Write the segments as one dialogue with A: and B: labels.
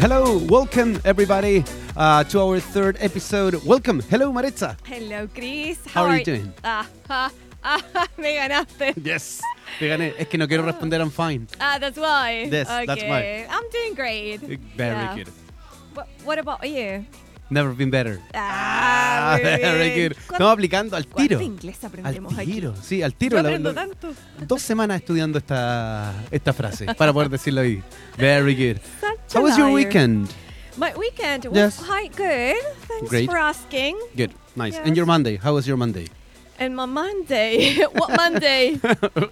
A: Hello, welcome everybody uh, to our third episode. Welcome. Hello, Maritza.
B: Hello, Chris.
A: How are you doing?
B: Ah, ah, ah, me ganaste.
A: Yes. Te gané. Es que no quiero responder I'm fine.
B: Ah, that's why.
A: Yes, that's
B: Okay. I'm doing great.
A: Very
B: Yeah.
A: good.
B: What, what about you?
A: Never been better.
B: Ah, muy
A: very
B: bien.
A: good.
B: ¿Cuán-
A: Estamos aplicando al
B: ¿Cuánto
A: tiro.
B: inglés
A: Al
B: aprendemos aquí?
A: tiro, sí, al
B: Yo
A: tiro. La-
B: aprendo
A: la-
B: tanto.
A: dos semanas estudiando esta, esta frase para poder decirlo hoy. Very good.
B: Such a
A: How was your
B: liar.
A: weekend?
B: My weekend was
A: Yes.
B: quite good. Thanks
A: Great.
B: for asking.
A: Good, nice.
B: Yes.
A: And your Monday? How was your Monday?
B: And my Monday. what Monday?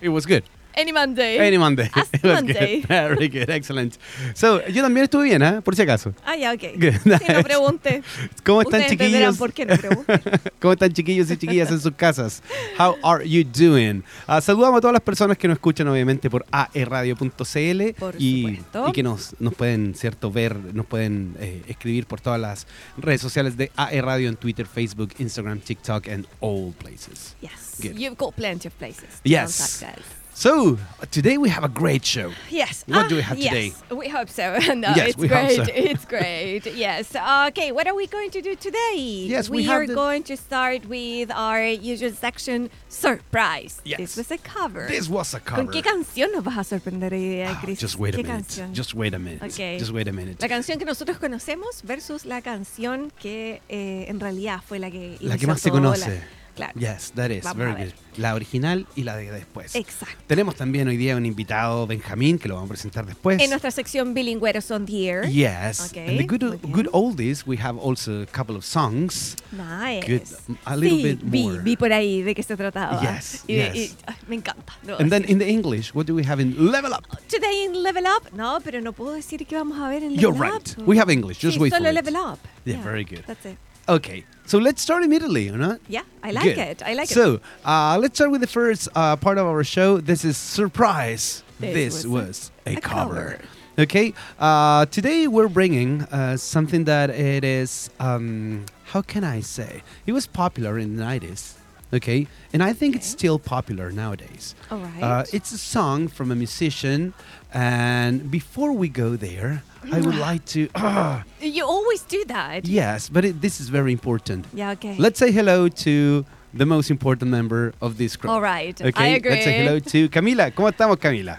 A: it was good.
B: Any Monday.
A: Any Monday.
B: Eh, Hasta
A: It was
B: Monday.
A: good. Very good. Excellent. So, yo también estuve bien, ¿eh? Por si acaso.
B: Ah, ya, ok.
A: Good.
B: Si no pregunte.
A: ¿Cómo están,
B: Ustedes entenderán
A: chiquillos?
B: por qué no pregunte.
A: ¿Cómo están, chiquillos y chiquillas en sus casas? How are you doing? Ah, saludamos a todas las personas que nos escuchan, obviamente, por E aerradio.cl
B: Por
A: y,
B: supuesto.
A: y que nos, nos pueden, ¿cierto?, ver, nos pueden eh, escribir por todas las redes sociales de AE Radio en Twitter, Facebook, Instagram, TikTok, and all places.
B: Yes.
A: Good.
B: You've got plenty of places. to
A: Yes.
B: contact us.
A: So, today we have a great show.
B: Yes.
A: What
B: Ah,
A: do we have
B: yes.
A: today?
B: We hope so. no,
A: Yes,
B: it's
A: we hope
B: great.
A: so.
B: It's great. Yes. Okay, what are we going to do today?
A: Yes, we have
B: are
A: the-
B: going to start with our usual section surprise.
A: Yes.
B: This was a cover.
A: This was a cover.
B: ¿Con qué canción nos vas a sorprender hoy día,
A: Ah,
B: Chris?
A: just wait a
B: ¿Qué
A: minute.
B: canción?
A: Just wait a minute.
B: Okay.
A: Just wait a minute.
B: La canción que nosotros conocemos versus la canción que eh, en realidad fue la que
A: La que
B: inició
A: más se
B: todo, la-
A: conoce.
B: Claro.
A: Yes, that is.
B: Vamos
A: Very
B: a ver.
A: good. La original y la de después.
B: Exacto.
A: Tenemos también hoy día un invitado, Benjamín, que lo vamos a presentar después.
B: En nuestra sección Bilingüeros on the Air.
A: Yes.
B: Okay,
A: And the good,
B: muy bien.
A: good oldies, we have also a couple of songs.
B: Nice.
A: Good. A little
B: sí,
A: bit
B: vi,
A: more.
B: vi por ahí de qué se trataba.
A: Yes,
B: Y de-
A: yes.
B: y, ah, me encanta. debo
A: And then
B: decir.
A: in the English, what do we have in Level Up?
B: Today in Level Up. No, pero no puedo decir qué vamos a ver en Level
A: You're
B: Up.
A: right. We have English. Just
B: sí,
A: wait
B: solo
A: for it.
B: Level Up.
A: Yeah, very good.
B: That's it.
A: Okay. So let's start immediately, or not?
B: Yeah, I like
A: Good.
B: it. I like it.
A: So uh, let's start with the first uh, part of our show. This is surprise.
B: This
A: This, was,
B: was
A: a,
B: a
A: cover.
B: cover.
A: Okay. Uh, today we're bringing uh, something that it is. Um, how can I say? It was popular in the nineties. Okay, and I think it's
B: Okay.
A: still popular nowadays.
B: All right.
A: Uh, it's a song from a musician, and before we go there, I would like to. Ah,
B: You always do that.
A: yes, but it, this is very important.
B: Yeah, okay.
A: Let's say hello to the most important member of this group.
B: All right.
A: Okay,
B: I agree.
A: let's say hello to Camila. ¿Cómo estamos, Camila?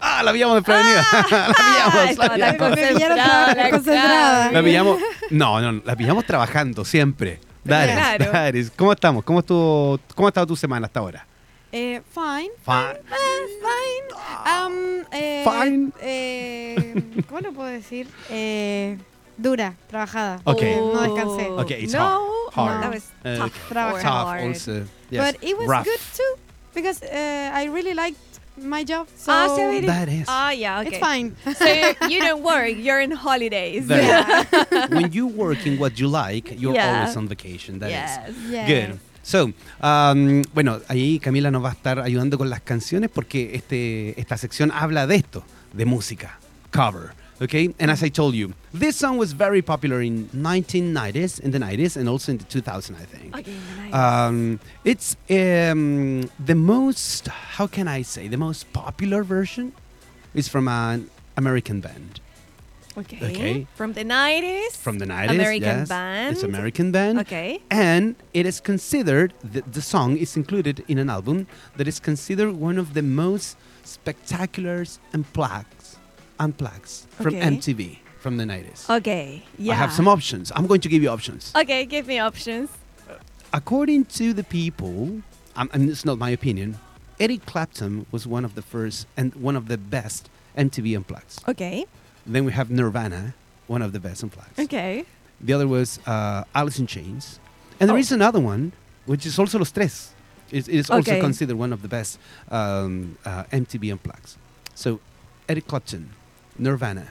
A: Ah, la pillamos desprevenida.
B: Ah,
A: la pillamos,
B: estaba tan
A: la pillamos.
C: Me pillaron
B: concentrada,
C: tan concentrada.
A: La pillamos. No, no, no, la pillamos trabajando siempre. That is,
B: Claro.
A: that is. ¿Cómo estamos? ¿Cómo estuvo? ¿Cómo ha estado tu semana hasta ahora?
C: Eh, fine.
A: Fine.
C: Eh, fine. Um, eh,
A: Fine.
C: eh, ¿Cómo lo puedo decir? Eh, dura, trabajada.
A: Ok.
C: No descansé.
B: Oh,
A: Okay, it's
B: no,
A: hard,
C: hard.
B: That was
A: Uh,
B: tough.
C: Trabajar.
B: or
A: Tough
B: hard.
A: also. Yes,
C: But it was
A: rough.
C: good too because uh, I really liked my job. So
B: Ah, so it is-
A: That is.
B: Ah, yeah, okay.
C: it's fine.
B: So you don't work. You're in holidays.
A: Very-
C: Yeah.
A: when you work in what you like, you're
B: Yeah.
A: always on vacation. That is.
B: yes.
C: Yeah.
A: Good. So, um, bueno, ahí Camila nos va a estar ayudando con las canciones porque este, esta sección habla de esto, de música, cover. Okay, and as I told you, this song was very popular in 1990s, in the 90s, and also in the 2000s, I think.
B: Okay, nice.
A: Um, it's um, the most, how can I say, the most popular version is from an American band
B: Okay.
A: Okay.
B: From the 90s.
A: from the 90s.
B: American
A: yes.
B: band.
A: It's American band.
B: Okay.
A: And it is considered, the, the song is included in an album that is considered one of the most spectacular and plaques, and plaques from
B: Okay.
A: MTV from the 90s.
B: Okay. Yeah.
A: I have some options. I'm going to give you options.
B: Okay, give me options.
A: According to the people, um, and it's not my opinion, Eric Clapton was one of the first and one of the best MTV unplugs.
B: Okay.
A: Then we have Nirvana, one of the best unplugs.
B: Okay.
A: The other was uh, Alice in Chains. And there
B: Oh.
A: is another one, which is also Los Tres. It, it is also
B: Okay.
A: considered one of the best um, uh, MTV unplugs. So, Eric Clapton, Nirvana,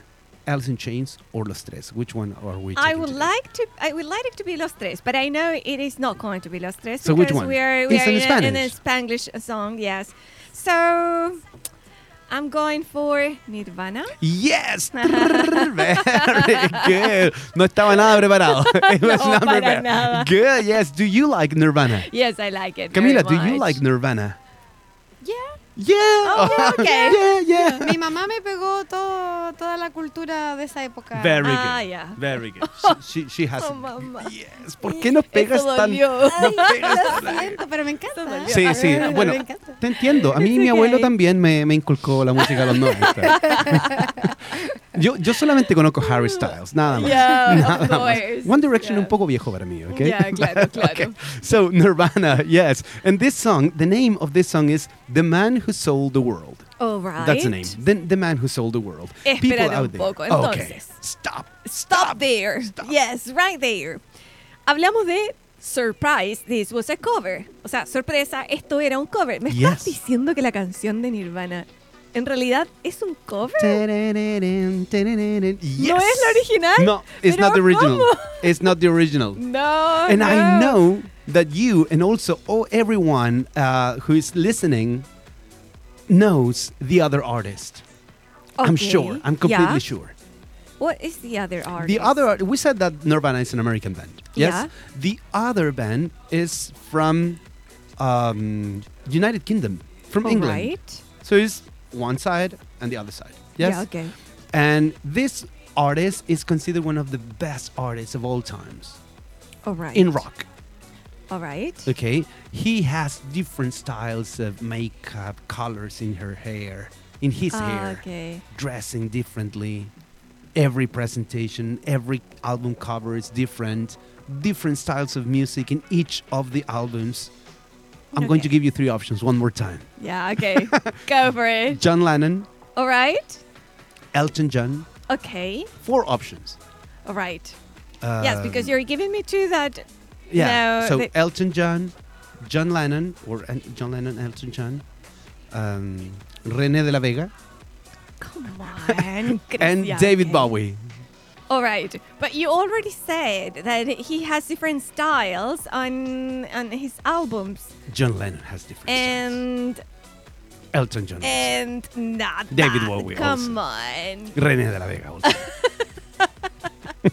A: Alice in Chains, or Los Tres. Which one are we
B: I
A: taking
B: would
A: today?
B: like to. I would like it to be Los Tres, but I know it is not going to be Los Tres
A: So which
B: because
A: one?
B: we are we
A: It's
B: are
A: in
B: in, a, in a
A: Spanish.
B: Spanglish song. Yes. So I'm going for Nirvana.
A: Yes! Very good. No estaba nada preparado. It was
B: No,
A: not
B: para
A: prepared.
B: nada.
A: Good, yes. Do you like Nirvana?
B: Yes, I like it. very
A: Camila, do you
B: much.
A: like Nirvana?
C: Yeah.
A: Yeah.
C: Oh, okay.
A: yeah, yeah.
C: Mi mamá me pegó todo, toda la cultura de esa época.
A: Very good.
B: Ah, ya.
A: Very good. She, she- she has.
B: Oh, mamá.
A: Yes. ¿Por qué nos pegas
B: Eso
A: tan?
B: dolió.
A: nos pegas
C: Lo
A: tan-
C: siento, pero me encanta.
A: Sí, sí,
C: Pero
A: bueno.
C: Me encanta.
A: Te entiendo. A mí
C: It's
A: mi abuelo
C: okay.
A: también me, me inculcó la música de los 90. yo, yo solamente conozco Harry Styles, nada más.
B: Yeah,
A: Nada
B: of
A: más.
B: course.
A: One Direction
B: Yeah.
A: un poco viejo para mí, ¿ok?
B: Yeah, claro, claro.
A: Okay. So Nirvana, yes. And this song, the name of this song is The Man Who Sold the World.
B: All right.
A: That's the name. The, the Man Who Sold the World.
B: Espérate un
A: out there.
B: poco,
A: Okay.
B: entonces.
A: Stop.
B: Stop there. Yes, right there. Hablamos de Surprise, this was a cover. O sea, sorpresa, esto era un cover. ¿Me
A: Yes.
B: estás diciendo que la canción de Nirvana en realidad es un cover?
A: Yes.
B: ¿No es la original?
A: No, it's
B: Pero
A: not the original.
B: ¿cómo?
A: It's not the original.
B: No.
A: and I
B: no.
A: know that you and also all everyone uh, who is listening knows the other artist. I'm
B: Okay,
A: sure. I'm completely
B: yeah.
A: sure.
B: What is the other artist?
A: The other art- we said that Nirvana is an American band. Yes.
B: Yeah.
A: The other band is from um, United Kingdom, from
B: All
A: England.
B: right.
A: So it's one side and the other side. Yes.
B: Yeah, okay.
A: And this artist is considered one of the best artists of all times
B: All right.
A: in rock.
B: All right.
A: Okay, he has different styles of makeup, colors in her hair, in his
B: Ah,
A: hair,
B: okay.
A: dressing differently. Every presentation, every album cover is different. Different styles of music in each of the albums. I'm going to
B: Okay.
A: give you three options one more time.
B: Yeah, okay. Go for it.
A: John Lennon,
B: All right.
A: Elton John.
B: Okay.
A: Four options.
B: All right.
A: Uh,
B: yes, because you're giving me two that.
A: Um, yeah.
B: no,
A: so
B: the-
A: Elton John, John Lennon, or uh, John Lennon, Elton John, um, René de la Vega.
B: Come on.
A: and
B: Cristian.
A: David Bowie.
B: All right, but you already said that he has different styles on on his albums,
A: John Lennon has different styles.
B: and
A: Elton John. also.
B: and not
A: David
B: that.
A: Bowie
B: Come on,
A: René de la Vega. also.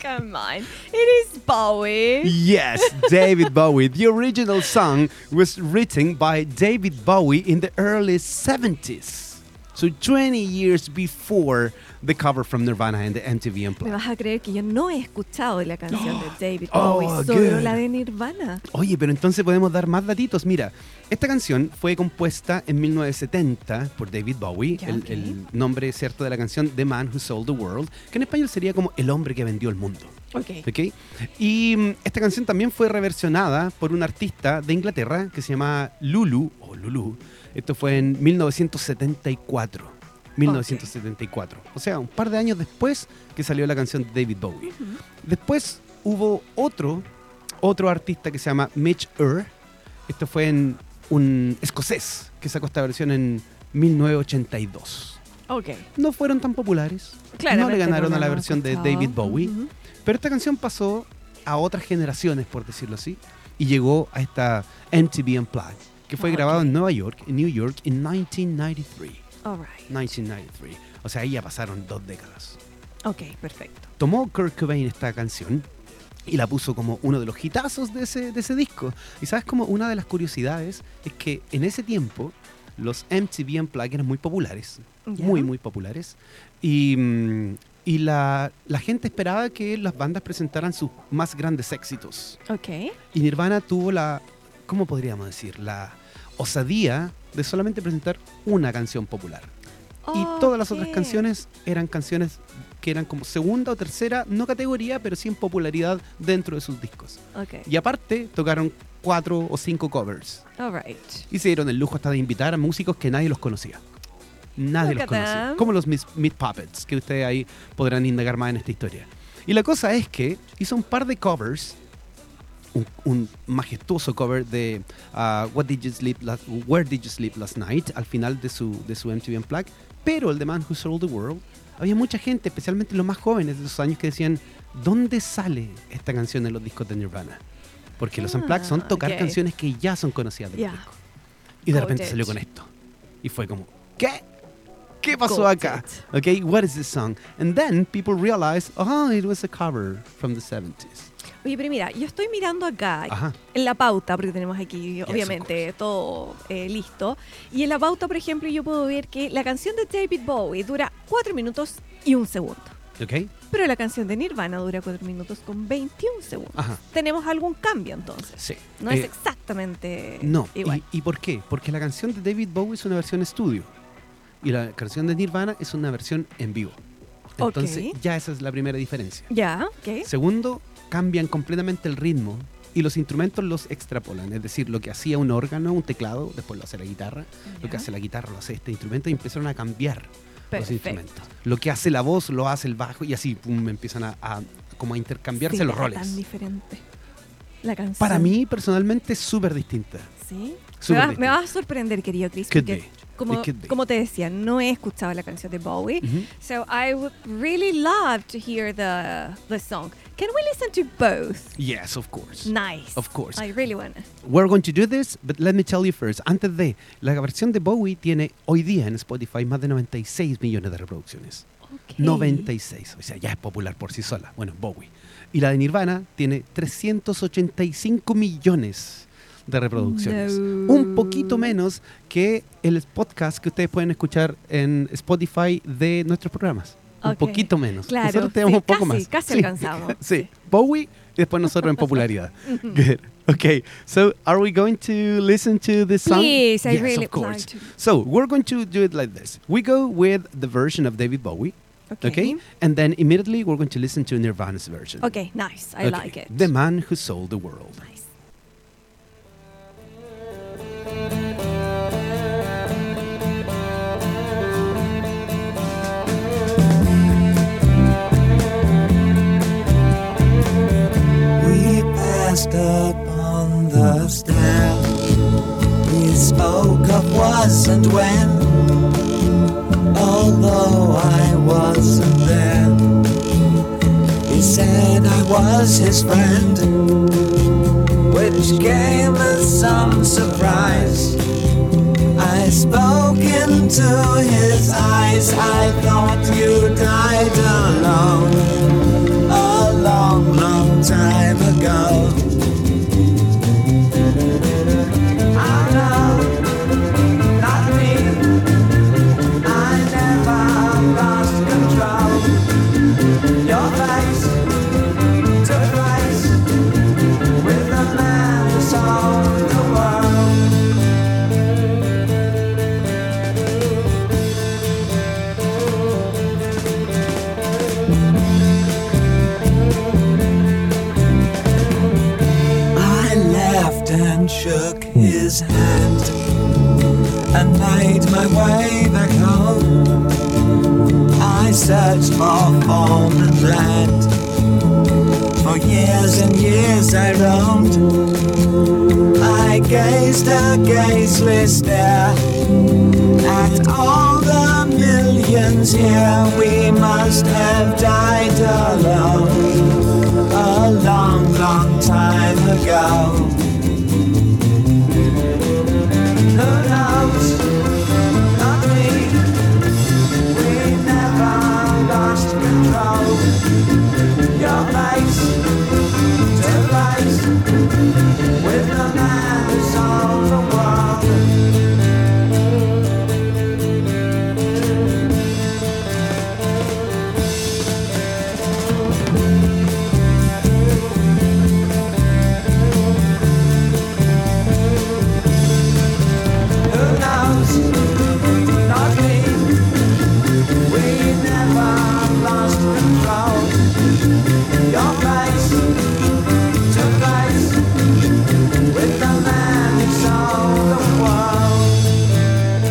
B: come on, it is Bowie.
A: yes, David Bowie. The original song was written by David Bowie in the early 70s. So 20 years before the cover from Nirvana and the MTV
B: Me
A: Unplugged.
B: vas a creer que yo no he escuchado la canción de David
A: Oh,
B: Bowie, solo
A: good.
B: la de Nirvana.
A: Oye, pero entonces podemos dar más datitos. Mira, esta canción fue compuesta en 1970 por David Bowie.
B: Ya,
A: el,
B: ok.
A: el nombre cierto de la canción The Man Who Sold the World, que en español sería como El hombre que vendió el mundo.
B: Okay.
A: ¿ok? Y mm, esta canción también fue reversionada por un artista de Inglaterra que se llama Lulu, o Lulu. Esto fue en 1974. 1974. O sea, un par de años después que salió la canción de David Bowie. Después hubo otro, otro artista que se llama Mitch Ur. Esto fue en un escocés que sacó esta versión en 1982.
B: Okay.
A: No fueron tan populares. no
B: Claramente
A: le ganaron
B: no
A: a la
B: la hemos
A: versión de
B: escuchado.
A: David Bowie.
B: Ujú.
A: Pero esta canción pasó a otras generaciones, por decirlo así, y llegó a esta MTV Unplugged, que fue
B: Ah,
A: grabado
B: ok.
A: en Nueva York, en New York, en 1993.
B: All right.
A: 1993. O sea, ahí ya pasaron dos décadas.
B: Okay, perfecto.
A: Tomó Kurt Cobain esta canción y la puso como uno de los hitazos de ese, de ese disco. Y sabes como una de las curiosidades es que en ese tiempo los MTV Unplugged eran muy populares
B: Ya.
A: muy, muy populares. Y, mm, y la, la gente esperaba que las bandas presentaran sus más grandes éxitos.
B: Okay.
A: Y Nirvana tuvo la, ¿cómo podríamos decir? La osadía de solamente presentar una canción popular. Y todas las otras
B: Ok.
A: canciones eran canciones que eran como segunda o tercera, no categoría, pero sí en popularidad dentro de sus discos.
B: Okay.
A: Y aparte tocaron cuatro o cinco covers.
B: All right.
A: Y se dieron el lujo hasta de invitar a músicos que nadie los conocía. Nadie
B: Look
A: los
B: at
A: conocía.
B: them.
A: Como los Mis- Meat Puppets, que ustedes ahí podrán indagar más en esta historia. Y la cosa es que hizo un par de covers. Un, un majestuoso cover de ah, What Did You Sleep Last- Where Did You Sleep Last Night al final de su, de su MTV Unplugged. Pero el The Man Who Sold the World, había mucha gente, especialmente los más jóvenes de esos años, que decían, ¿dónde sale esta canción en los discos de Nirvana? Porque los
B: Ah,
A: Unplugged son tocar
B: ok.
A: canciones que ya son conocidas del
B: Ya.
A: disco. Y de repente
B: Outage.
A: salió con esto. Y fue como, ¿qué? ¿Qué pasó
B: Got
A: acá?
B: it.
A: Okay, what is this song? And then people realize, oh, it was a cover from the 70s.
B: Oye, pero mira, yo estoy mirando acá
A: Ajá.
B: en la pauta, porque tenemos aquí,
A: of
B: obviamente, todo eh, listo. Y en la pauta, por ejemplo, yo puedo ver que la canción de David Bowie dura 4 minutos y 1 segundo.
A: Okay?
B: Pero la canción de Nirvana dura 4 minutos con 21 segundos.
A: Ajá.
B: Tenemos algún cambio entonces.
A: Sí.
B: No
A: Ah. Eh,
B: es exactamente
A: No.
B: igual.
A: ¿Y, y por qué? Porque la canción de David Bowie es una versión estudio y la canción de Nirvana es una versión en vivo. Entonces,
B: Ok.
A: ya esa es la primera diferencia.
B: ya, ¿qué?
A: Segundo, cambian completamente el ritmo y los instrumentos los extrapolan. Es decir, lo que hacía un órgano, un teclado, después lo hace la guitarra, lo que hace la guitarra lo hace este instrumento y empezaron a cambiar los instrumentos. Lo que hace la voz lo hace el bajo y así pum, empiezan a, a- como a intercambiarse
B: Sí,
A: los
B: era Tan
A: roles.
B: diferente. La canción.
A: Para mí, personalmente, es súper distinta.
B: Sí. Me
A: Súper
B: vas,
A: distinto.
B: me vas a sorprender, querido Chris,
A: Could
B: porque
A: be.
B: como,
A: It could be.
B: como te decía, no he escuchado la canción de Bowie.
A: Ujú.
B: So I would really love to hear the, the song. Can we listen to both?
A: Yes, of course.
B: Nice.
A: Of course.
B: I really wanna.
A: We're going to do this, but let me tell you first. Antes de, la versión de Bowie tiene hoy día en Spotify más de 96 millones de reproducciones.
B: Okay.
A: 96, o sea, ya es popular por sí sola. Bueno, Bowie. Y la de Nirvana tiene 385 millones de reproducciones.
B: No.
A: Un poquito menos que el podcast que ustedes pueden escuchar en Spotify de nuestros programas. Un
B: Ok.
A: poquito menos.
B: Claro,
A: nosotros tenemos
B: sí,
A: un poco
B: casi,
A: más.
B: casi
A: Sí.
B: alcanzamos.
A: sí, Bowie y después nosotros en popularidad. Good. Okay, so are we going to listen to this song?
B: Please, I
A: yes,
B: really
A: of course.
B: plan to.
A: So we're going to do it like this. We go with the version of David Bowie.
B: Okay.
A: Okay. And then immediately we're going to listen to Nirvana's version.
B: Okay, nice. I
A: Okay.
B: like it.
A: The man who sold the world.
B: Nice.
D: We passed up on the stair. We spoke of was and when. Although I wasn't there, he said I was his friend, which came as some surprise. I spoke into his eyes. I thought you died alone a long, long time ago. I know, not me. I never lost control. Your face to face with the man who sold the world. I laughed and shook his hand and made my way back home. I searched for form and land. For years and years I roamed. I gazed a gazeless stare at all the millions here. We must have died alone a long, long time ago. Who knows? Not me. We never lost control. Your face to face with the man who sold the world. Who knows? Not me. We never lost control. Your face to face with the man who sold the world.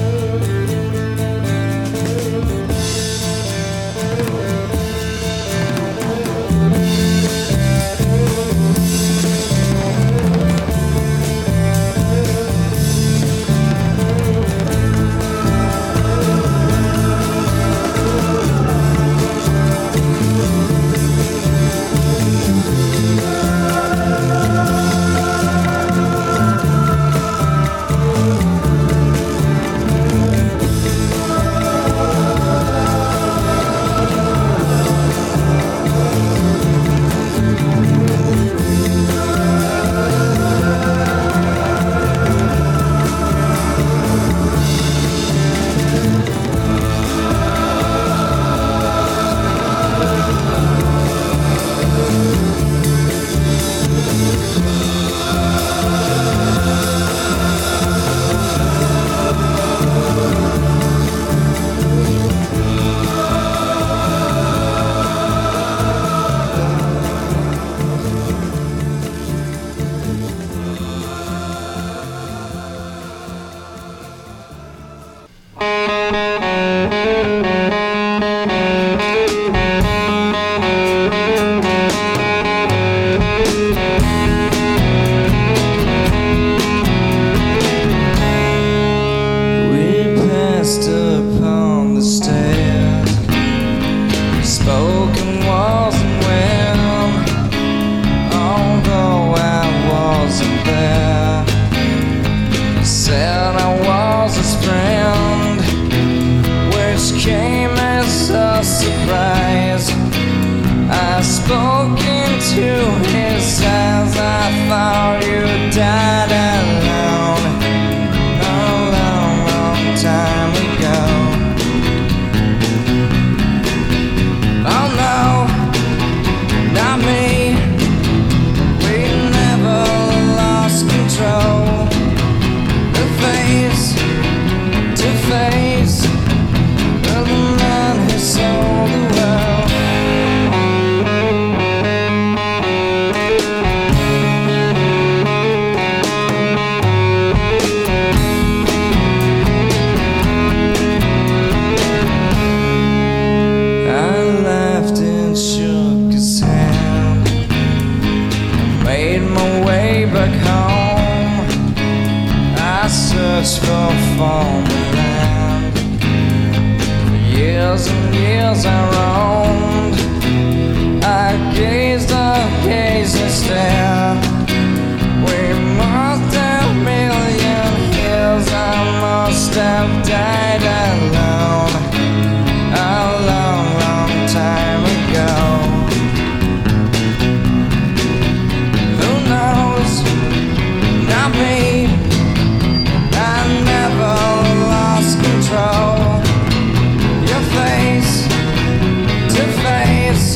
D: search for foreign land. Years and years I roamed. I gazed, I gazed and stared. We must have million years. I must have died alone. A long, long time ago. Who knows? Not me. I never lost control. Your face to face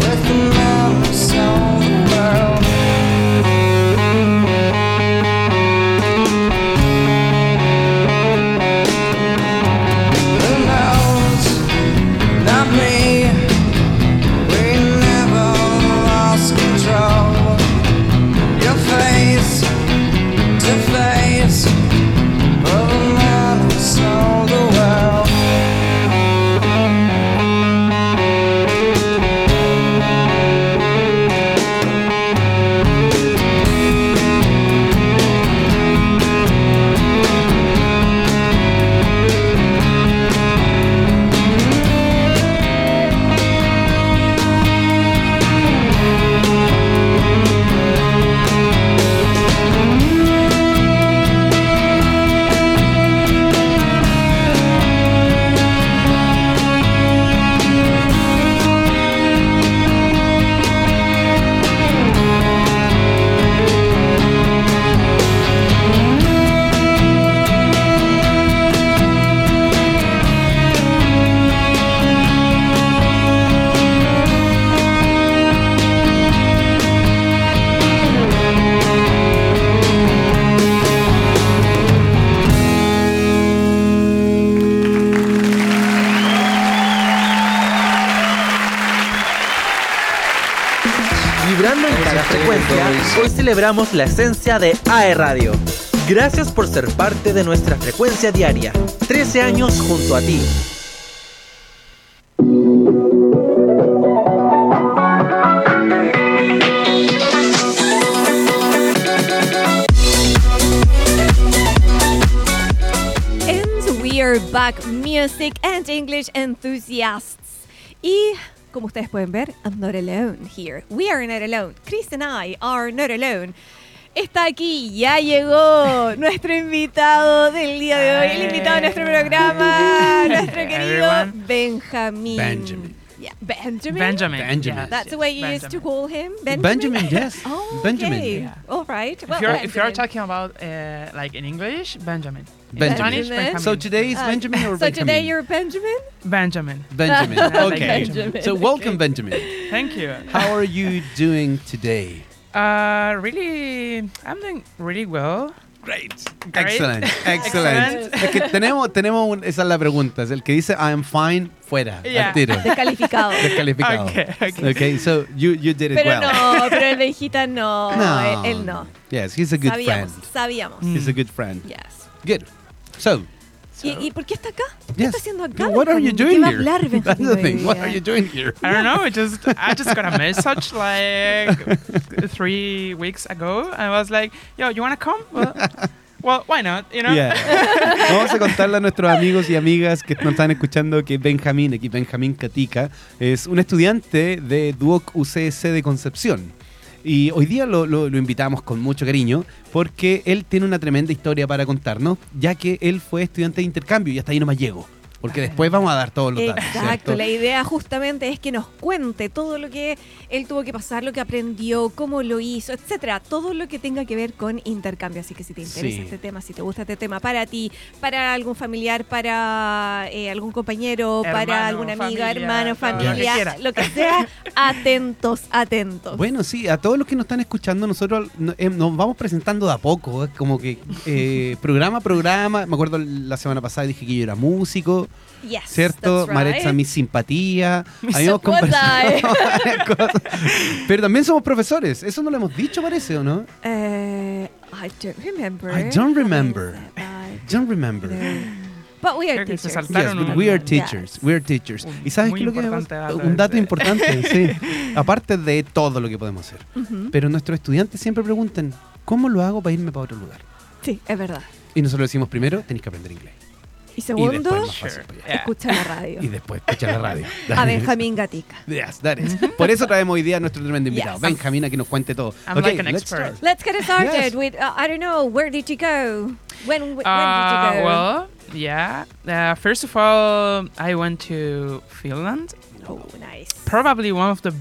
D: with another soul in the world. Who knows? Not me. We never lost control. Your face to face of another soul the world.
E: Vibrando en cada frecuencia, hoy celebramos la esencia de AE Radio. Gracias por ser parte de nuestra frecuencia diaria. 13 años junto a ti.
B: And we are back, music and English enthusiasts. Y como ustedes pueden ver, I'm not alone here. We are not alone. Chris and I are not alone. Está aquí, ya llegó nuestro invitado del día de hoy, el invitado de nuestro programa, nuestro querido
F: Everyone.
B: Benjamín.
A: Benjamin.
B: Yeah, Benjamin.
F: Benjamin.
A: Benjamin.
F: yes,
B: That's
F: yes,
B: the way you used to
F: Benjamin.
B: call him. Benjamin.
A: Benjamin, yes.
B: Oh,
A: Benjamin.
B: okay. All right. Well,
F: if you're if you're
B: Benjamin.
F: talking about uh, like in English, Benjamin.
A: Benjamin.
F: In Spanish,
B: Benjamin.
F: Benjamin.
A: So today is
B: Uh,
A: Benjamin or
B: so
A: Benjamin?
B: today you're Benjamin.
F: Benjamin.
A: Benjamin.
F: Like
A: Okay.
B: Benjamin,
A: So
B: okay.
A: welcome, Benjamin.
F: Thank you.
A: How are you doing today?
F: Uh, really, I'm doing really well.
A: Great.
F: Great.
A: Excellent. Excellent. Es que tenemos, tenemos un- esa es la pregunta. Es el que dice I am fine, fuera. al
F: Yeah.
A: tiro.
B: Descalificado.
A: Descalificado.
F: Okay, okay.
A: Okay, so you, you did it
B: Pero
A: well.
B: no, pero el Benjita no. eh,
A: No.
B: Él, él no.
A: Yes, he's a good
B: sabíamos, Mm.
A: friend.
B: sabíamos.
A: He's a good friend.
B: Yes.
A: Good. So,
B: ¿Y, y por qué está acá? ¿Qué
A: yes.
B: está haciendo acá?
A: What are you doing
B: Benjamín? ¿De ¿Qué va a
A: here?
B: hablar
A: That's
B: Benjamín
A: the
B: hoy
A: thing. What
B: día?
A: are you doing here?
F: I don't know. I just I just got a message like three weeks ago. I was like, "Yo, you wanna come?" Well, well why not? You know.
A: Yeah. Vamos a contarle a nuestros amigos y amigas que nos están escuchando que Benjamín, aquí Benjamín Catica, es un estudiante de Duoc UCS de Concepción. Y hoy día lo, lo- lo invitamos con mucho cariño porque él tiene una tremenda historia para contarnos, ya que él fue estudiante de intercambio y hasta ahí nomás llego. Porque después vamos a dar todos los datos.
B: Exacto,
A: ¿cierto?
B: la idea justamente es que nos cuente todo lo que él tuvo que pasar, lo que aprendió, cómo lo hizo, etcétera, todo lo que tenga que ver con intercambio. Así que si te interesa
A: Sí.
B: este tema, si te gusta este tema para ti, para algún familiar, para eh, algún compañero, para
F: Hermano,
B: alguna amiga,
F: familia,
B: hermano,
F: todo lo que
B: familia,
F: quiera.
B: lo que sea, atentos, atentos.
A: Bueno, sí, a todos los que nos están escuchando, nosotros no- eh, nos vamos presentando de a poco, es como que eh, programa a programa. Me acuerdo la semana pasada dije que yo era músico,
B: Yes,
A: ¿cierto?
B: that's right. eh.
A: Maretza, mi simpatía.
B: Mi
A: Habíamos
B: socorro.
A: conversado varias cosas.
F: eh.
A: Pero también somos profesores, eso no lo hemos dicho, parece, ¿o no?
B: Eh, I don't remember.
A: I don't remember.
B: But-
A: Don't remember.
B: But we are
F: Creo que se
B: teachers.
F: saltó.
A: Yes, but we are teachers.
B: Yes.
A: We are teachers.
F: Un-
A: y sabes
F: muy
A: qué es lo que
F: importante dato
A: un dato
F: ese.
A: importante, sí. Aparte de todo lo que podemos hacer.
B: Ujú.
A: Pero nuestros estudiantes siempre preguntan, ¿cómo lo hago para irme para otro lugar?
B: Sí, es verdad.
A: Y nosotros decimos primero, tenéis que aprender inglés.
B: Y
A: Y después
B: segundo,
A: más fácil,
F: Sure.
A: pues, ya.
F: Yeah.
B: escucha la radio.
A: Y después escucha la radio.
B: A Benjamín Gatica.
A: Yes, that is. Por eso traemos hoy día a nuestro tremendo invitado,
B: Yes.
A: Benjamín, a que nos cuente todo.
F: I'm
A: Ok,
F: like an
A: let's
F: expert.
A: start.
B: Let's get started
A: Yes.
B: with, uh, I don't know, where did you go? When, when
F: Uh,
B: did you go?
F: well, yeah. Uh, first of all, I went to Finland.
B: oh, nice.
F: Probably one of the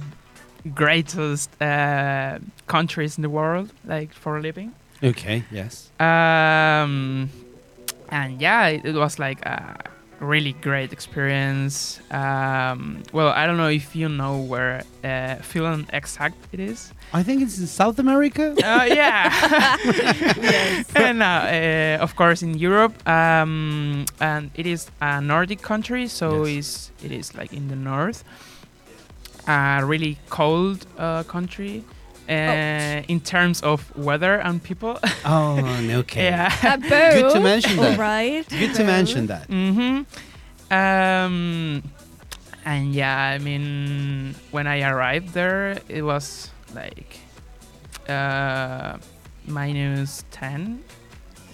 F: greatest uh, countries in the world, like for living.
A: Okay, yes.
F: Um, and yeah, it, it was like a really great experience. Um, well, I don't know if you know where uh, Finland exact it is.
A: I think it's in South America.
F: Uh, yeah. And uh, uh, of course in Europe, um, and it is a Nordic country, so is it is like in the north, a really cold uh, country. Uh, in terms of weather and people,
A: Oh, okay.
F: yeah.
B: Uh,
A: Good to
B: both.
A: mention
B: All
A: that.
B: right.
A: Good to mention that.
F: Mm-hmm. Um, and yeah, I mean, when I arrived there, it was like uh, minus 10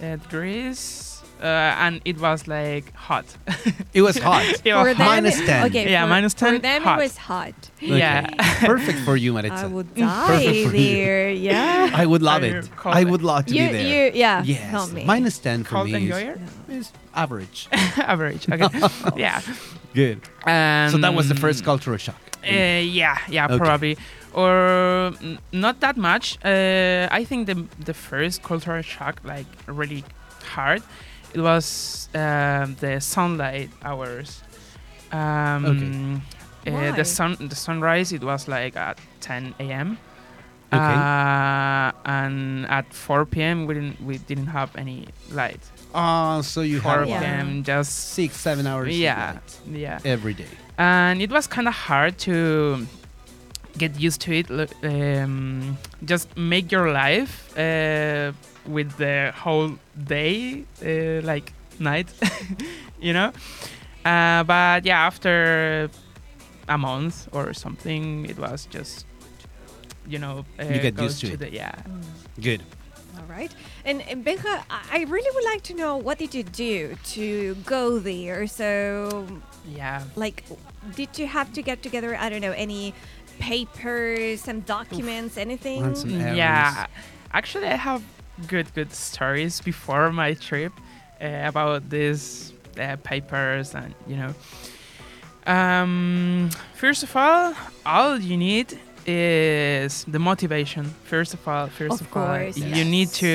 F: uh, degrees. Uh, and it was like hot.
A: It was hot.
F: It
B: For them,
F: was hot.
A: Minus 10.
B: Okay,
F: Yeah,
B: for,
F: minus 10,
B: For them,
F: hot.
B: it was hot.
F: Yeah.
A: Perfect for you, Maritza.
B: I
A: I would,
B: would die
A: Perfect for you.
B: there. Yeah.
A: love
F: I
A: it.
F: recall
A: I
F: it.
A: would love to
B: you,
A: be there.
B: you, yeah.
A: yes.
B: Not me.
A: Minus 10 for
F: Cold
A: me
F: enjoyer?
A: is, is average.
F: Average. Okay. yeah.
A: Good.
F: Um,
A: So that was the first cultural shock.
F: Uh, yeah, yeah,
A: Okay.
F: probably. Or mm, not that much. Uh, I think the the first cultural shock, like really hard, it was um, the sunlight hours. Um, uh,
B: Why?
F: the sun, the sunrise. It was like at 10 a.m.
A: Okay.
F: Uh, and at 4 p.m. we didn't we didn't have any light.
A: Oh, so you
F: 4
A: have
B: Yeah.
F: p.m. just
A: six, seven hours of
F: yeah,
A: light
F: yeah
A: every day.
F: and it was kind of hard to get used to it. l- Um, just make your life uh, with the whole day, uh, like night, you know. Uh, but yeah, after a month or something, it was just, you know, uh,
A: You get
F: go
A: used to it.
F: The, yeah.
A: Good.
B: All right. And, and Benja, I I really would like to know what did you do to go there? So,
F: Yeah.
B: like, did you have to get together, I don't know, any papers, some documents, anything?
A: Want some errands.
F: Mm, Yeah, actually, I have good good stories before my trip uh, about these uh, papers and you know. Um, first of all, all you need is the motivation. First of all,
B: Of
F: first of, all,
B: course,
F: you need to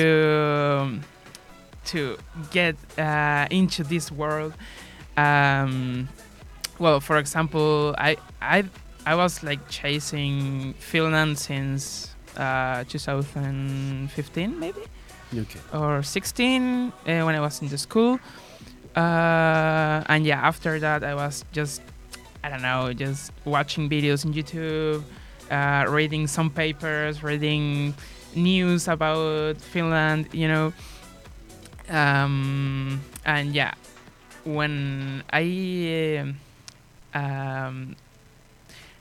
F: um, to get uh, into this world. Um, well, for example, I I I was like chasing Finland since uh, 2015 maybe
A: Okay.
F: or 16 uh, when I was in the school. Uh, and yeah, after that I was just I don't know, just watching videos on YouTube, uh, reading some papers, reading news about Finland, you know. Um, and yeah, when I um, um,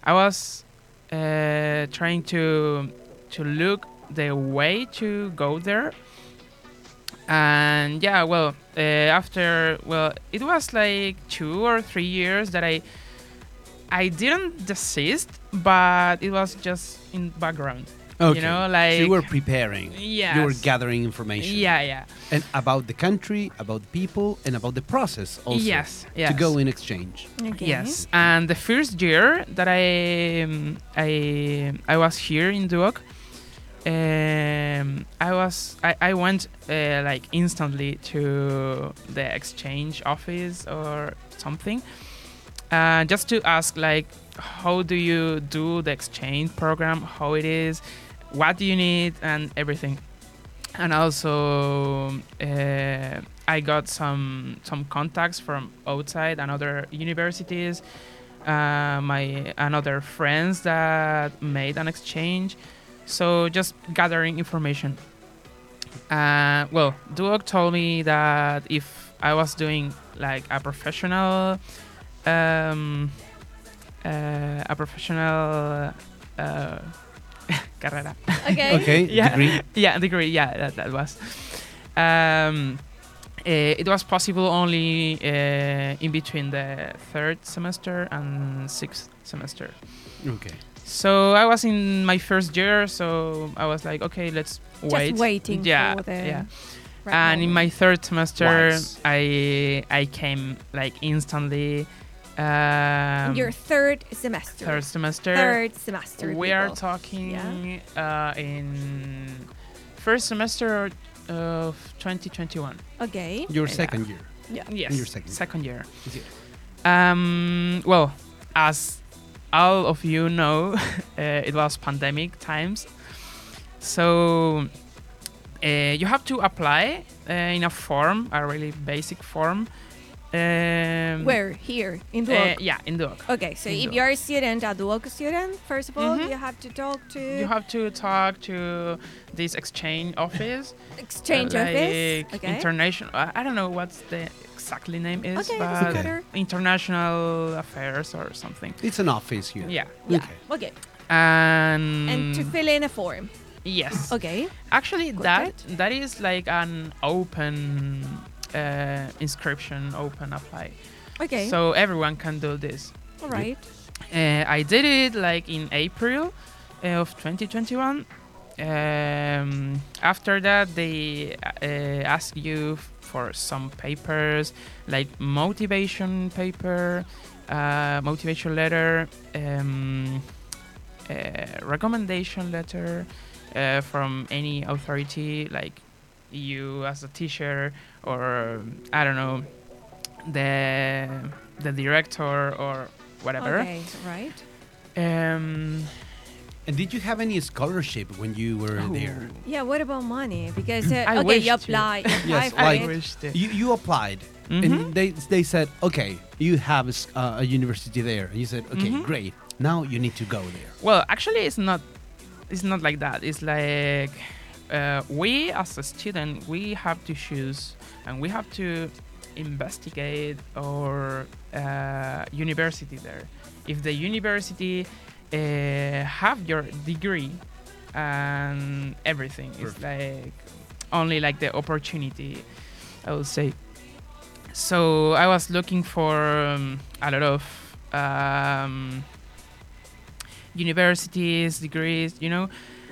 F: I was uh, trying to to look the way to go there. And yeah, well, uh, after well, it was like two or three years that I I didn't desist, but it was just in background.
A: Okay.
F: You know,
A: So
F: like
A: you were preparing. You were
F: Yes.
A: gathering information.
F: yeah, yeah,
A: And about the country, about the people, and about the process also.
F: yes, yes.
A: To go in exchange.
B: Okay.
F: Yes, and the first year that I um, I I was here in Duoc, um, I was I, I went uh, like instantly to the exchange office or something, uh, just to ask like how do you do the exchange program, how it is, what do you need, and everything, and also. Uh, I got some some contacts from outside and other universities, uh, my and other friends that made an exchange. So just gathering information. Uh, well, Duoc told me that if I was doing like a professional, um, uh, a professional uh, carrera,
B: Okay.
A: Okay.
F: Yeah.
A: Degree.
F: yeah, degree. Yeah, that, that was. Um, Uh, it was possible only uh, in between the third semester and sixth semester.
A: Okay.
F: So I was in my first year, so I was like, okay, let's wait.
B: waiting
F: yeah,
B: for the
F: yeah.
B: right
F: and in my
B: moment.
F: third semester,
A: Once.
F: I I came like instantly.
B: In
F: Um,
B: your third semester.
F: third semester.
B: Third semester.
F: we are
B: people.
F: talking uh, in first semester of 2021.
B: Okay.
A: Your
F: Yeah.
A: second year.
F: Yes,
A: In your second year.
F: second year.
A: Is it-
F: Um, well, as all of you know, uh, it was pandemic times, so uh, you have to apply uh, in a form, a really basic form. Um,
B: Where? Here in
F: Uh,
B: Duoc.
F: yeah, in Duoc.
B: okay, so
F: in
B: if
F: Duoc.
B: you are a student, a Duoc student, first of all,
F: Mhm.
B: you have to talk to
F: You have to talk to this exchange office,
B: exchange
F: like
B: office. Okay.
F: international. I, I don't know what's the exactly name is,
B: okay,
F: but
B: doesn't
A: Okay.
B: matter.
F: international affairs or something.
A: It's an office here.
F: Yeah,
B: Yeah.
A: Okay.
B: Okay.
F: and
B: And to fill in a form.
F: yes,
B: Okay.
F: actually
B: Contact.
F: that that is like an open uh, inscription, open apply.
B: Okay.
F: So everyone can do this.
B: all right.
F: Uh, I did it like in April uh, of 2021. Um, after that, they uh, ask you f- for some papers, like motivation paper, uh, motivation letter, um, uh, recommendation letter uh, from any authority, like you as a teacher, or I don't know, the the director or whatever.
B: Okay. Right.
F: Um,
A: And did you have any scholarship when you were
F: Oh.
A: there?
B: Yeah. What about money? Because uh,
F: I
B: okay, you
F: wish to.
B: apply. you
A: Yes,
B: apply
A: like-
B: for it.
A: You, you applied,
F: Mhm.
A: and they they said, okay, you have a, s- uh, a university there. And you said, okay,
F: Mhm.
A: great. Now you need to go there.
F: Well, actually, it's not. It's not like that. It's like uh, we, as a student, we have to choose and we have to investigate our uh, university there. If the university uh, have your degree and everything, it's like only like the opportunity, I would say. So I was looking for um, a lot of um, universities, degrees, you know.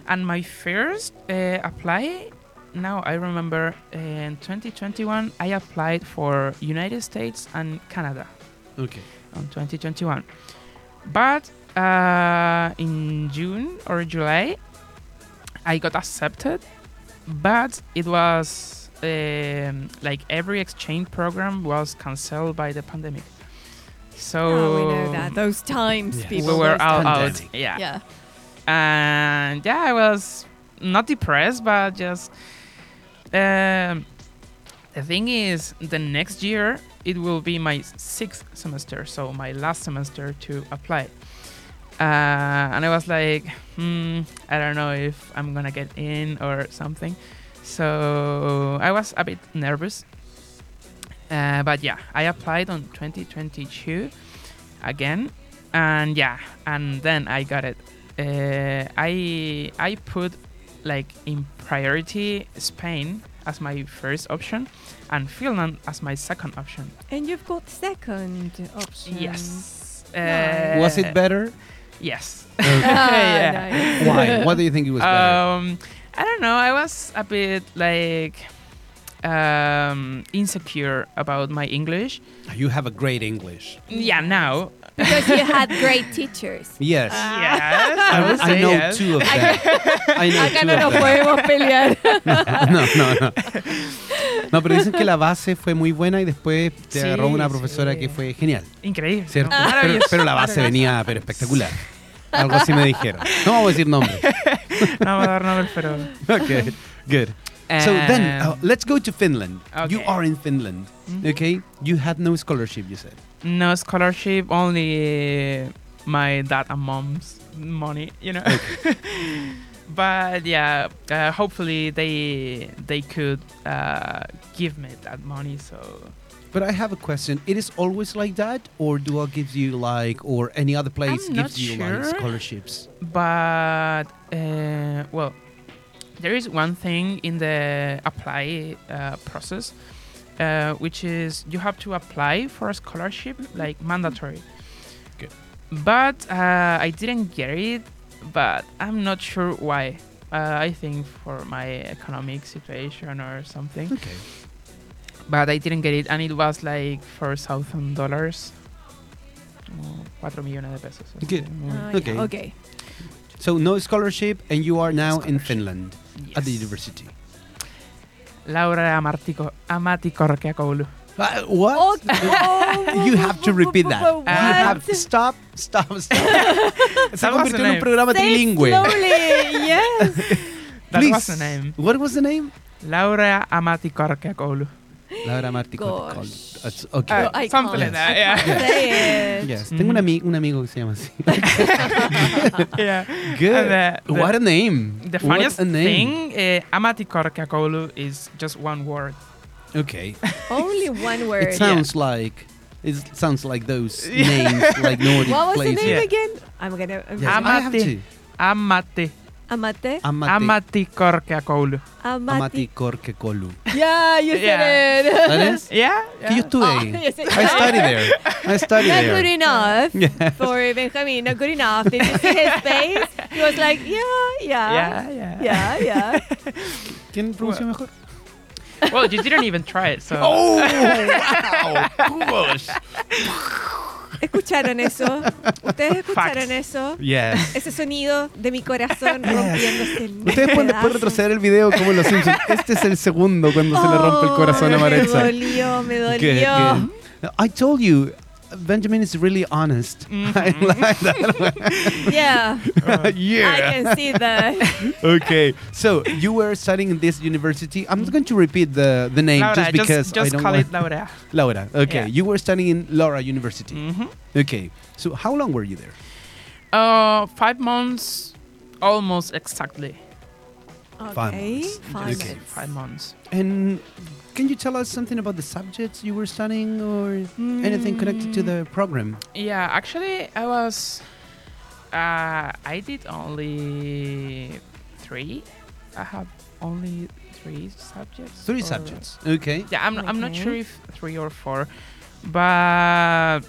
F: And my first uh, apply, now I remember uh, in 2021, I applied for United States and Canada
A: Okay.
F: on 2021. But uh, in June or July, I got accepted, but it was um, like every exchange program was cancelled by the pandemic. So
B: Oh, we know that. Those times,
A: Yes.
F: we
B: people.
F: were
B: those
F: all out.
A: Pandemic.
F: Yeah.
B: times. Yeah.
F: and yeah, I was not depressed, but just um, the thing is, the next year it will be my sixth semester, so my last semester to apply. Uh, and I was like, hmm, I don't know if I'm gonna get in or something. So I was a bit nervous. Uh, but yeah, I applied on 2022 again, and yeah, and then I got it uh, I I put like in priority Spain as my first option and Finland as my second option.
B: And you've got second option.
F: Yes.
B: Nice.
A: was it better?
F: Mm. Uh, Yes.
B: Ah,
F: Yeah.
B: nice.
A: Why? What do you think it was better?
F: Um, I don't know. I was a bit like um, insecure about my English.
A: You have a great English.
F: Yeah. Now.
B: because you had great teachers.
A: Yes.
F: yes. I,
A: I,
F: would
A: I
F: say
A: know
F: yes.
A: two of them. I know
B: Acá
A: two
B: no
A: of
B: nos
A: them.
B: podemos pelear.
A: no, no, no. No, pero dicen que la base fue muy buena y después te
F: Sí,
A: agarró una profesora
F: sí.
A: que fue genial,
F: Increíble.
A: ¿cierto?
F: ¿no?
A: Pero,
F: Maravilloso.
A: pero la base venía pero espectacular. Algo así me dijeron. No vamos a decir nombres.
F: No voy a dar nombres, pero.
A: Okay, good. so then, uh,
F: Um,
A: let's go to Finland. You
F: okay.
A: are in Finland,
F: Mhm.
A: okay? You had no scholarship, you said.
F: No scholarship, only uh, my dad and mom's money, you know. but yeah, uh, hopefully they they could uh, give me that money. So
A: But I have a question. It is always like that, or Dual gives you like, or any other place
F: I'm
A: gives
F: not
A: you like
F: sure.
A: scholarships?
F: but uh, well there is one thing in the apply uh, process uh, which is you have to apply for a scholarship,
A: Mm-hmm.
F: like mandatory.
G: Okay.
F: But uh, I didn't get it, but I'm not sure why. Uh, I think for my economic situation or something.
A: Okay.
F: But I didn't get it, and it was like four thousand dollars. Cuatro millones de pesos. or
A: Good.
F: something.
B: Ah.
F: Mm,
A: Okay.
B: Okay.
A: So no scholarship, and you are now in Finland at the
F: yes.
A: university.
F: Laura Amartico, Amatikorkeakoulu.
A: Uh, what?
B: Oh,
A: You have to repeat that. You have stop, stop, stop. Se
F: That was
A: convirtió
F: the
A: en un
F: name.
A: programa trilingüe.
C: Slowly, yes.
F: That
A: Please.
F: was the name.
A: What was the name?
F: Laura Amatikorkeakoulu.
A: Laura Martí.
B: Gosh.
A: Okay.
F: Uh,
B: I
F: something like
B: can't.
F: that, yeah.
B: Say it.
A: Yes. Tengo un, ami- un amigo que se llama así.
F: yeah.
A: Good.
F: And, uh, the-
A: what a name.
F: The
A: What
F: funniest
A: a name.
F: thing, uh, Amatikorkeakoulu is just one word.
A: Okay.
B: Only one
A: It
B: word.
A: sounds like it sounds like those names like Nordic
B: What was
A: places.
B: the name
F: Yeah.
B: again? I'm gonna. I'm
A: Yes, I have
F: Amati.
A: to.
F: Amati.
B: Amate.
A: Amati,
F: Amatikorkeakoulu.
B: Amati.
A: Amati Korkekolu.
B: Yeah, you
F: Yeah.
B: said it.
A: That is?
F: Yeah.
A: Que yo
F: yeah.
A: estuve
B: Ah,
A: ahí.
B: yes, yes.
A: I studied there. I studied
B: Not good
A: there.
B: enough for Benjamin. Not good enough. Did you see his face? He was like, yeah, yeah,
F: Yeah, yeah.
B: yeah, yeah.
A: ¿Quién pronunció mejor?
F: Well, you didn't even try it, so.
A: Oh, wow. Gosh.
B: ¿Escucharon eso? ¿Ustedes escucharon eso?
A: Yes.
B: Ese sonido de mi corazón rompiéndose. en
A: Ustedes pueden después
B: pedazos.
A: retroceder el video como en los Simpsons. Este es el segundo cuando se le rompe el corazón a
B: Oh,
A: Maritza.
B: Me dolió, me dolió.
A: Good, good. I told you, Benjamin is really honest. I like that.
B: Yeah, I
A: Uh, yeah.
B: can see that.
A: Okay. So you were studying in this university. I'm not going to repeat the, the name
F: Laura,
A: just because
F: just,
A: I don't
F: call
A: want
F: it Laura.
A: Laura. Okay.
F: Yeah.
A: You were studying in Laura University.
F: hmm
A: Okay. So how long were you there?
F: Uh, five months, almost exactly.
A: Five
B: Okay,
A: months.
B: five
A: Okay.
B: months.
F: Five months.
A: And can you tell us something about the subjects you were studying or anything connected
F: Mm.
A: to the program?
F: Yeah, actually, I was. Uh, I did only three. I have only three subjects.
A: Three
F: or-
A: subjects. Okay.
F: Yeah, I'm, I'm not sure
B: Okay.
F: if three or four, but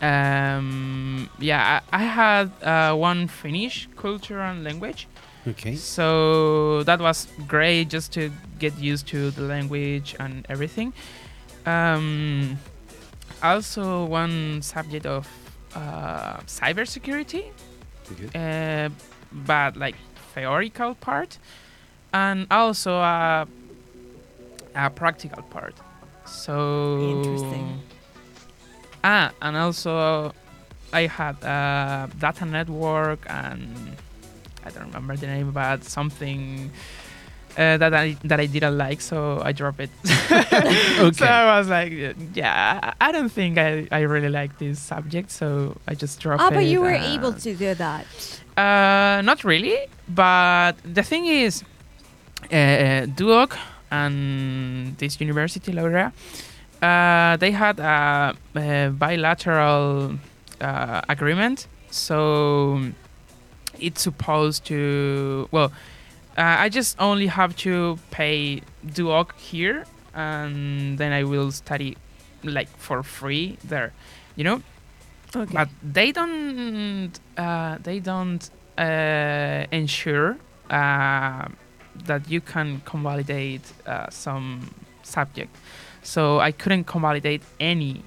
F: um, yeah, I, I had uh, one Finnish culture and language,
A: Okay.
F: so that was great just to get used to the language and everything. Um, also, one subject of uh, cybersecurity, uh, but like theoretical part, and also a, a practical part. So
B: Interesting.
F: Ah, and also I had uh, data network and I don't remember the name, but something uh, that I that I didn't like, so I dropped it. So
A: Okay.
F: I was like, yeah, I I don't think I, I really like this subject, so I just dropped
B: Ah,
F: it.
B: but you were
F: and-
B: able to do that.
F: uh, not really, but the thing is, uh, uh, Duoc and this university, Laura, uh, they had a, uh bilateral uh, agreement, so it's supposed to. Well, uh, I just only have to pay Duoc here, and then I will study like for free there, you know
B: Okay.
F: but they don't uh, they don't uh, ensure uh, that you can convalidate uh, some subject so i couldn't convalidate any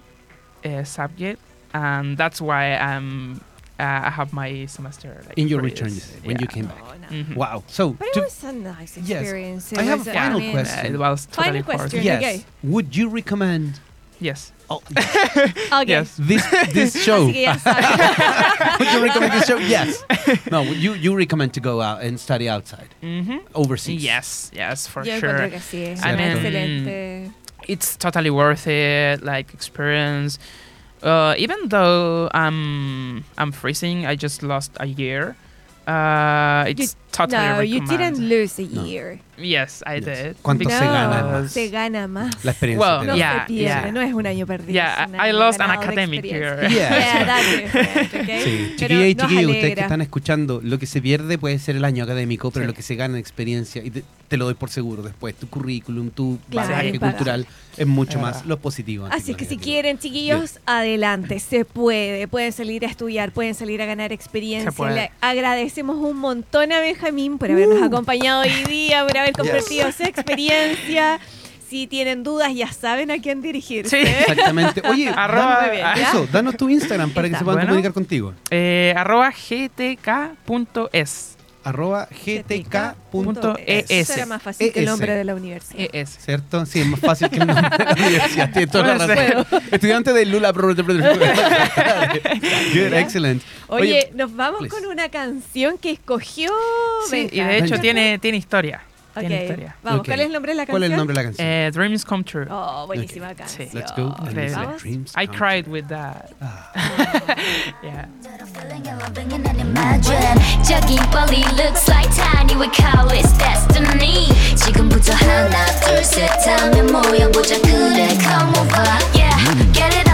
F: uh, subject and that's why i'm uh, i have my semester like,
A: In your
F: free.
A: return, you say, when you came back.
B: Oh, no.
F: Mhm.
A: Wow. So,
B: But it
A: to-
B: was a nice
A: Yes.
B: experience. It
A: I have
B: was
A: a
B: a-
A: final
B: mean,
A: question.
F: Uh, it was
B: Final
F: totally horrible.
B: question.
A: yes.
B: Okay.
A: Would you recommend
F: yes
A: oh,
B: Okay.
F: yes
A: this this show?
B: Así que ya saben.
A: Would you recommend this show? Yes. No. You you recommend to go out and study outside,
F: hmm
A: overseas?
F: yes yes for
B: Yo
F: sure
B: encuentro que sí, es
A: I
B: una
A: mean,
B: excelente.
F: it's totally worth it like experience uh, even though i'm i'm freezing i just lost a year uh, it's totally
B: no, you
F: recommend.
B: didn't lose a
A: No.
B: year.
F: Yes, I
A: Yes.
F: did.
A: ¿Cuánto se gana
F: Because-
A: más?
B: Se gana más.
A: La experiencia.
F: Well,
A: te
B: No
A: da.
F: yeah,
B: se pierde,
F: yeah.
B: no es un año perdido.
F: Yeah,
B: es un
F: I- I
B: año
F: lost an
B: ganado de
F: academic
B: experiencia.
F: year.
A: Yeah.
B: Yeah, that's different, okay?
A: Sí,
B: Pero
A: chiquillas y
B: nos
A: chiquillos, ustedes que
B: alegra.
A: están escuchando, lo que se pierde puede ser el año académico, pero
F: Sí.
A: lo que se gana en experiencia, y te, te lo doy por seguro después, tu currículum, tu
B: Claro,
A: bagaje
F: es
B: verdad.
A: cultural es mucho
F: Es
A: más
F: verdad.
A: lo positivo. antes
B: Así es
A: que
B: que
A: lo
B: si
A: negativo.
B: quieren, chiquillos, adelante, se puede. Pueden salir a estudiar, pueden salir a ganar experiencia.
F: Se puede. Uh.
B: Le agradecemos un montón a Benjamín por habernos acompañado hoy día, por haber compartido su experiencia. Si tienen dudas, ya saben a quién dirigirse.
F: Sí.
A: Exactamente. Oye, danos-
F: Arroba- Muy bien,
B: ¿ya?
A: eso, danos tu Instagram para que
B: Está.
A: se puedan
F: Bueno.
A: comunicar contigo.
F: Eh, arroba E gtk.es.
A: Arroba gtk.es.
F: Punto ES.
B: Eso era E más fácil que el
A: ES.
F: E
B: nombre de la universidad.
F: ES.
A: E ¿Cierto? Sí, es más fácil que el nombre de la universidad. Tiene toda la
F: Puede ser.
A: razón. Estudiante de Lula. Good, excellent.
B: Oye,
A: Oye,
B: nos vamos
A: please.
B: con una canción que escogió.
F: Sí, y
B: Benja.
F: de hecho
A: Venga.
F: tiene, tiene historia.
B: Ok,
F: Tiene historia.
B: Vamos,
A: Ok.
B: ¿cuál es el nombre de la canción?
A: ¿Cuál es el nombre de la canción?
F: Eh, Dreams Come True.
B: Oh, buenísima
F: Sí.
B: canción.
A: Let's go. and
F: Increíble.
A: let
B: Vamos.
A: dreams
F: I
A: come
F: cried
A: true. Ah.
F: with that. yeah.
G: That I'm feeling and loving and imagine 저기 멀리 looks like tiny we call it destiny 지금부터 하나 둘셋 하면 모여보자 그래 come over yeah get it Oh,